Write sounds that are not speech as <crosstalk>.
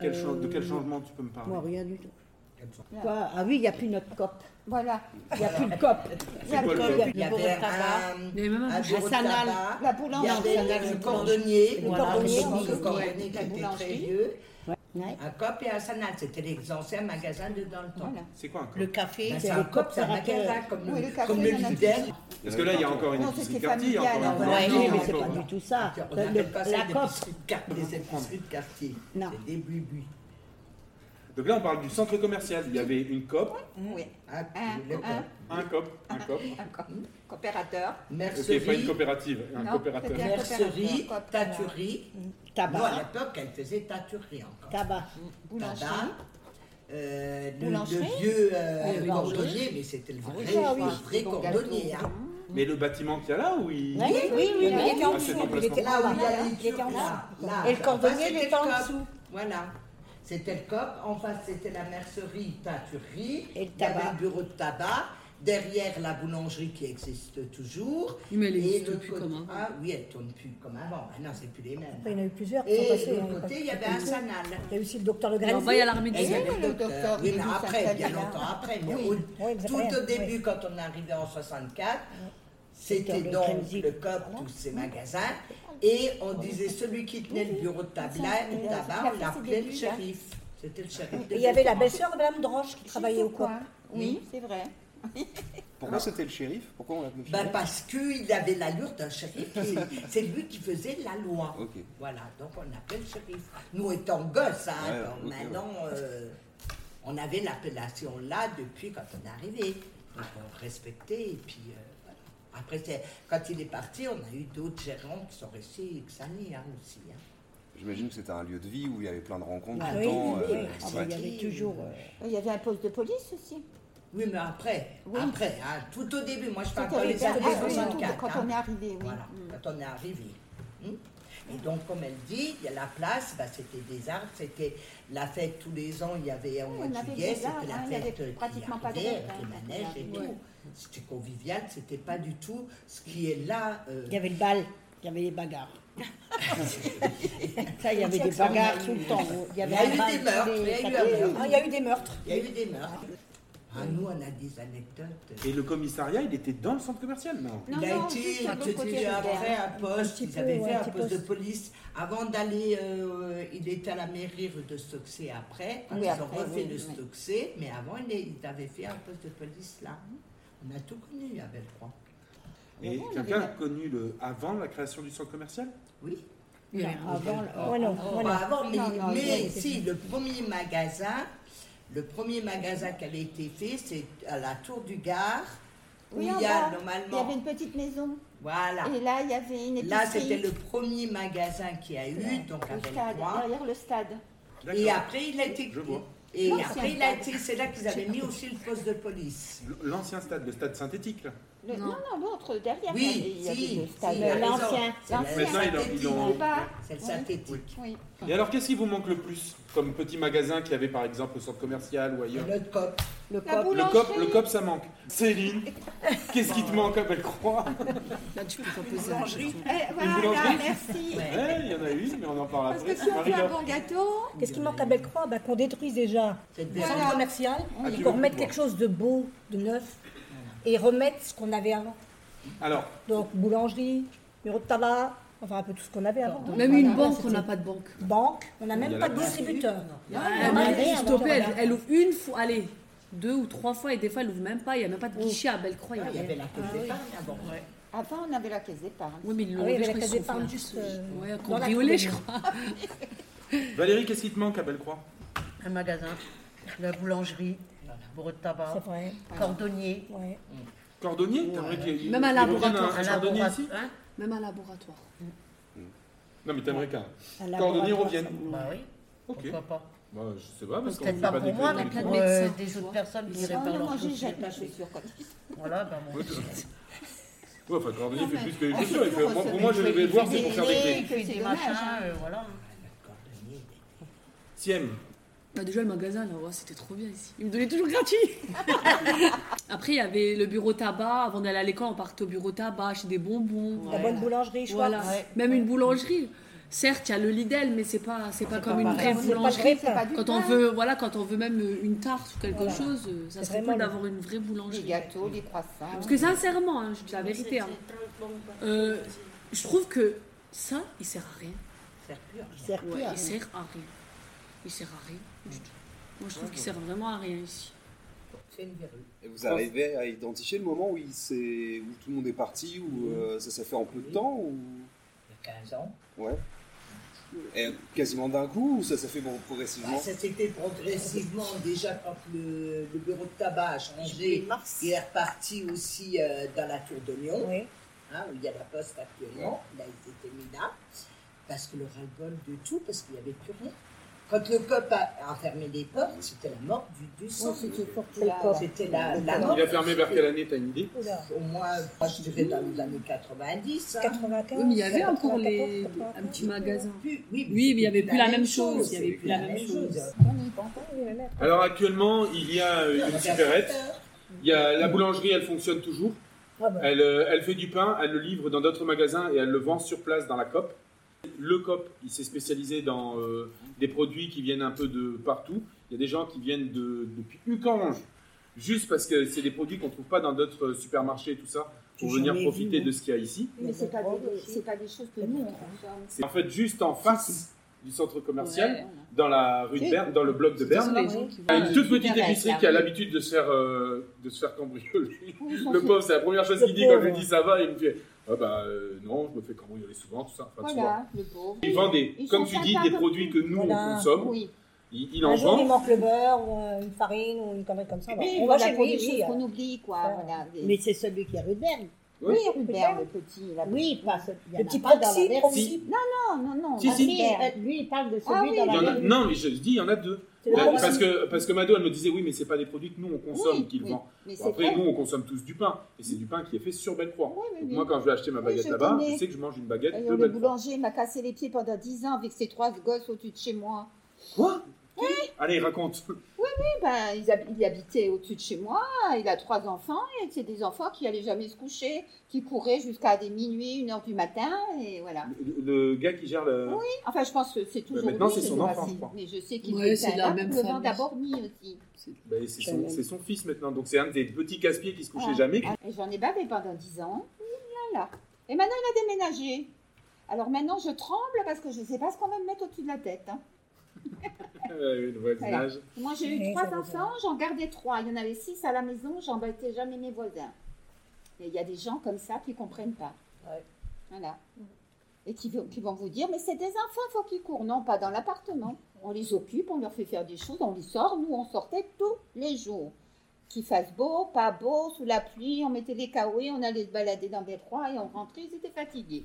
Quel cha- De quel changement tu peux me parler Moi, rien du tout. Ah. Quoi Ah oui, il n'y a plus notre COP. Voilà. Il n'y a plus de <laughs> COP. Il y a quoi le le- COP le Il y bureau de avait tabac, un, Il y avait même un un bureau de Sanal, tabac, la il y boulangerie. avait le cordonnier, le Voilà, cordonnier, le le cordonnier, cordonnier qui la était très boulangerie. vieux, Ouais. un cop et un sanal, c'était les anciens magasins de dans le temps. Voilà. C'est quoi un cop Le café, Ben, c'est c'est un le cop, cop, c'est un ça rappelle- magasin comme Oui, le le café, comme il le y en a Lidl. Parce que là, il y a encore une Non, épicerie c'était quartier, il y a familial, encore une hein, ouais. boulangerie, Oui, il Ah, y mais a c'est encore- pas du tout Ah, ça. On Le- n'appelle pas ça la des COP, épiceries de quartier, des épiceries de quartier. Non. C'est des buis-buis. Donc là, on parle du centre commercial. Il y avait une COP, Oui. Ah, Un, le cop. un. un COP, un COP. Un co- coopérateur. Ok, pas une Mercerie, coopérative, un Non, coopérateur. c'était un- mercerie, Coopérateur. tâturerie. Ah, bah. Nous, à tabac. l'époque, elle faisait tâturerie encore. Tabac. Boulangerie. Tabac. Euh, le, Boulangerie. le vieux euh, Oui, oui. cordonnier, mais c'était le vrai, Ah oui. le vrai cordonnier. hein. Mais le bâtiment qu'il y a là, où Oui, il... oui, oui. Ah, Il était en dessous, il était Là où il y a Voilà, les il était en Turcs, là, là, Et le là, cordonnier, là, il c'était était en le cop. dessous. Voilà. C'était le cop. En face, c'était la mercerie, teinturerie. Et le Il y avait tabac. le bureau de tabac. Derrière, la boulangerie qui existe toujours. Oui, mais elle Et existe le plus côté- comme avant. Ah oui, elle tourne plus comme avant. Maintenant, c'est plus les mêmes. Après, il y en a eu plusieurs qui sont Et de passés. l'autre hein, côté, il y parce avait que- un sanal. Il y a aussi le docteur Le Alors, Gallon. va y a l'armée de Et il y terre. avait le docteur Oui, mais Ibou après, bien Santalia. longtemps après. Oui, Mais au- oui, vous avez tout au raison, début, oui. quand on est arrivé en 64, c'était C'était le donc Crazy. le COP, tous ces magasins. Et on disait celui qui tenait le bureau de tabla- oui, oui. tabac, on Il a fait ses l'appelait le débuts, hein. shérif. C'était le shérif. Et il y avait la belle-sœur de Madame Droche qui travaillait au coin. Oui, c'est vrai. Ah Pourquoi c'était le shérif Pourquoi on l'appelait Bah, Ben shérif parce qu'il avait l'allure d'un shérif. <laughs> C'est- C'est lui qui faisait la loi. Ok. Voilà, donc on l'appelle shérif. Nous étant gosses, hein, Ouais, donc ok, maintenant, euh, on avait l'appellation là depuis quand on est arrivé. Donc on respectait et puis euh, voilà. Après, c'est- quand il est parti, on a eu d'autres gérants qui sont restés X années hein, aussi. hein. J'imagine que c'était un lieu de vie où il y avait plein de rencontres Ah tout le oui, temps. oui, euh, oui. ah Ah ouais. ben, Il y avait toujours. euh, Il y avait un poste de police aussi. Oui, mais après, Oui. après, hein, tout au début, moi je parle C'était dans les les- années ah, oui, 64. quand hein. on est arrivé, oui. Mm. Voilà, quand on est arrivé. Hmm. Et donc, comme elle dit, il y a la place, bah, c'était des arbres, c'était la fête tous les ans, il y avait au mois on de avait juillet, des arbres, c'était la hein, il y avait fête qui pratiquement pas de arrivait, fête, avec hein, les manèges et quand on est tout. C'était convivial, c'était pas du tout ce qui est là. euh, Il y avait le bal, il y avait les bagarres. Ça, il y avait des bagarres tout le temps. Il y il avait y a eu un bal, des meurtres, il y a eu un meurtre. Ah, Il y a eu des meurtres. Il y a eu des meurtres. Ah, nous, on a des anecdotes. Et le commissariat, il était dans le centre commercial, non Non, il a non, juste été, sur le tu côté dis, de après Berre. un poste, petit ils peu, avaient ouais, fait un petit poste de poste. police. Avant d'aller, euh, il était à la mairie rue de Stoxé après, quand Oui, ils après, ont refait oui, le oui. Stoxé, mais avant, il, est- il avait fait un poste de police là. On a tout connu à Bellecroix. Et non, on quelqu'un avait a connu le avant la création du centre commercial Oui. Il y avait Ah, un- Avant, Ah, Ouais, non, oh, ouais, non. Pas avant, bah, mais, oh, Non, non, mais il y avait- si, le premier magasin, le premier magasin qui avait été fait, c'est à la Tour du Gard, où Oui, en il y a bas, il y normalement. avait une petite maison. Voilà. Et là, il y avait une épicerie. Là, c'était le premier magasin qu'il y a eu, donc à Au stade, Bellecroix. derrière le stade. Et D'accord. après, il a été. Je vois. Et Non, après, c'est il a un été. C'est là qu'ils avaient mis aussi le poste de police. L'ancien stade, le stade synthétique, là. Le- Non. non, non, l'autre, derrière. il Oui, y avait si. le stade. si, il a raison. l'ancien. C'est la- L'ancien. Maintenant, ils l'ont- ils l'ont- En bas. C'est le Oui. synthétique. Oui. Et alors, qu'est-ce qui vous manque le plus Comme petit magasin qu'il y avait, par exemple, au centre commercial ou ailleurs Le cop. Le La cop. Le boulangerie. COP, le COP, ça manque. Céline, qu'est-ce qui te manque à Bellecroix Là, tu peux pas poser la question. Eh, Une voilà, boulangerie. merci. Eh, il y en a une, mais on en parle Parce que après. si on fait un Marie-Laure. bon gâteau, Qu'est-ce qui manque à Bellecroix ben, Qu'on détruise déjà Cette le maison. centre commercial, Ah, tu veux qu'on remette plus quelque chose de beau, de neuf, et remettre ce qu'on avait avant. Alors, Donc boulangerie, bureau de tabac, enfin un peu tout ce qu'on avait avant. Même une banque, on n'a pas de banque. Banque, on n'a Il y a même la pas de banque. distributeur. Elle on a m'a rien, stoppée, elle, voilà. elle ouvre une fois, allez, deux ou trois fois, et des fois elle ouvre même pas, il n'y a même pas de guichet à Bellecroix. il y a Ah, Il y rien. avait la Ah caisse d'épargne avant. avant on avait la caisse d'épargne. Oui, mais ils l'ont Ah oui, il enlevé, y avait je la crois, caisse ils se sont d'épargne fait juste, un- euh, Ouais, dans la cambriolé, je cour. crois. Valérie, qu'est-ce qui te manque à Bellecroix Un magasin, la boulangerie, bureau de C'est tabac, vrai. cordonnier, Ouais. Cordonnier T'aimerais qu'il y- Même un il revienne laboratoire, Un, un cordonnier laboratoire. ici hein Même un laboratoire. Non, mais t'aimerais qu'un un cordonnier laboratoire, revienne. Bah oui, Ok. pourquoi pas. Bah, je sais pas, parce qu'on Peut-être dit pas des pour moi, clés, mais des peut-être pour clés. médecin, euh, tu des vois. autres personnes Ils qui On réparent a leurs mangé, chaussures. jette la chaussure comme Voilà, bah mon Dieu. Ouais, enfin, cordonnier Non, fait mais- plus que les on chaussures. il fait fait- tout moi- Pour moi, je vais voir, c'est pour faire des dîner. clés. Il fait c'est des dommage, machins, hein. euh, voilà. Cordonnier. Siem, Bah, déjà, le magasin, là, ouais, c'était trop bien ici. Ils me donnaient toujours gratuit. Après, il y avait le bureau tabac. Avant d'aller à l'école, on partait au bureau tabac, acheter des bonbons. La bonne boulangerie, je crois. Voilà. Même une boulangerie. Certes, il y a le Lidl, mais c'est pas, c'est pas C'est comme pas une pareil. vraie C'est pas boulangerie. C'est pas du Quand on pain. veut, voilà, quand on veut même euh, une tarte ou quelque Voilà. chose, euh, ça C'est serait vraiment cool le- d'avoir une vraie Les boulangerie. gâteaux, les croissants. Parce que sincèrement, hein, je dis la vérité, hein, Euh, je trouve que ça, il sert à rien. C'est pur. sert Ouais, plus à il rien. sert à rien. Il sert à rien du tout. Moi, je trouve qu'il sert vraiment à rien ici. C'est une verrue. Et vous arrivez à identifier le moment où, il s'est- où tout le monde est parti, où euh, ça s'est fait en peu de temps ou... Il y a 15 ans. Ouais. Et quasiment d'un coup ou ça s'est fait bon, progressivement Bah, Ah, ça s'est fait progressivement déjà quand le, le bureau de tabac a changé. Il est reparti aussi euh, dans la tour de Lyon, Oui. hein, où il y a la poste actuellement. Là, ils étaient mis là. Parce que le ras-le-bol de tout, parce qu'il n'y avait plus rien. Quand le COP a, a fermé les portes, c'était la mort du, du sang. c'était fort Là, C'était la, la mort. Il a fermé vers quelle année, t'as une idée Oula. Au moins, moi, je dirais dans les années 90. hein. 95. Oui, mais il y avait encore les... 94, un petit magasin. Plus- Oui, mais il y avait c'était plus la même chose, il y avait plus la même chose. hein, Alors actuellement, il y a euh, une supérette. Il y a, la boulangerie, elle fonctionne toujours. Ah bah, Elle, euh, elle fait du pain, elle le livre dans d'autres magasins et elle le vend sur place dans la COP. Le COP, il s'est spécialisé dans euh, des produits qui viennent un peu de partout. Il y a des gens qui viennent de, depuis Ucange, juste parce que c'est des produits qu'on ne trouve pas dans d'autres euh, supermarchés et tout ça, pour J'en venir ai vu, profiter hein. de ce qu'il y a ici. Mais c'est pas, des- c'est pas des choses que nous on consomme. C'est en fait juste en face du centre commercial, Ouais. dans la rue de Berne, dans le bloc de Berne. les gens qui Il y a vont- une toute petite Super épicerie Alter. qui a l'habitude de se faire, euh, de se faire cambrioler. Ils sont Le pauvre, c'est la première chose Le qu'il dit quand je lui pauvre. dis ça va, il me fait Ah bah euh, non, je me fais cambrioler souvent, tout ça. Enfin, souvent. Voilà, le pauvre. Il vend des, Ils comme sont tu dis, sympas des comme produits que nous Voilà. on consomme. Oui, Bah, Il, il en un jour, il vend. manque le beurre ou euh, une farine ou une connerie comme ça. bah, Oui, on voilà, va chez pour lui, des lui. choses euh, qu'on oublie, quoi. Ah. Voilà. Des- Mais c'est celui qui est rudel. Oui, Oui, Rubert, le petit. là. Oui, pas ce- il y en Le a Ah, petit pas dans proxy, la version. proxy. Non, non, non. Si, Ah, si. si, Rubert. euh, lui, il parle de celui Ah oui. dans Il y la en a- version. non, mais je dis, il y en a deux. C'est le Là, proxy. parce, que, parce que Mado, elle me disait Oui, mais c'est pas des produits que nous on consomme Oui, qu'il oui. vend. Mais Bon, c'est après, vrai. nous on consomme tous du pain. Et c'est du pain qui est fait sur Bellecroix. Oui, oui, Donc oui. moi, quand je vais acheter ma Oui, baguette je là-bas, connais. je sais que je mange une baguette D'ailleurs, de le Bellecroix. boulanger m'a cassé les pieds pendant 10 ans avec ses trois gosses au-dessus de chez moi. Quoi Allez, raconte. Eh ben, ils hab- il habitait au-dessus de chez moi, il a trois enfants, et c'est des enfants qui allaient jamais se coucher, qui couraient jusqu'à des minuit, une heure du matin, et voilà. Le, le gars qui gère le. Enfin, je pense que c'est toujours maintenant, lui, c'est je son sais pas enfant, si- je crois. Mais je sais qu'il Ouais, était c'est un la arbre même de vent famille. d'Aborny aussi. Ben, c'est son, Jamais. c'est son fils maintenant. Donc c'est un des petits casse-pieds qui se couchait Ah. jamais. Ah, et J'en ai bavé pendant 10 ans. Ouh là là. Et maintenant, il a déménagé. Alors maintenant, je tremble parce que je ne sais pas ce qu'on va me mettre au-dessus de la tête. hein. Euh, le voisinage. Moi, j'ai eu Oui, trois ça va enfants, j'en gardais trois. Il y en avait six à la maison, j'embêtais jamais mes voisins. Et il y a des gens comme ça qui ne comprennent pas. Ouais. Voilà. Et qui, vont- qui vont vous dire, mais c'est des enfants, il faut qu'ils courent. Non, pas dans l'appartement. On les occupe, on leur fait faire des choses, on les sort. Nous, on sortait tous les jours. Qu'il fasse beau, pas beau, sous la pluie, on mettait les kawaii, on allait se balader dans des proies et on rentrait, ils étaient fatigués.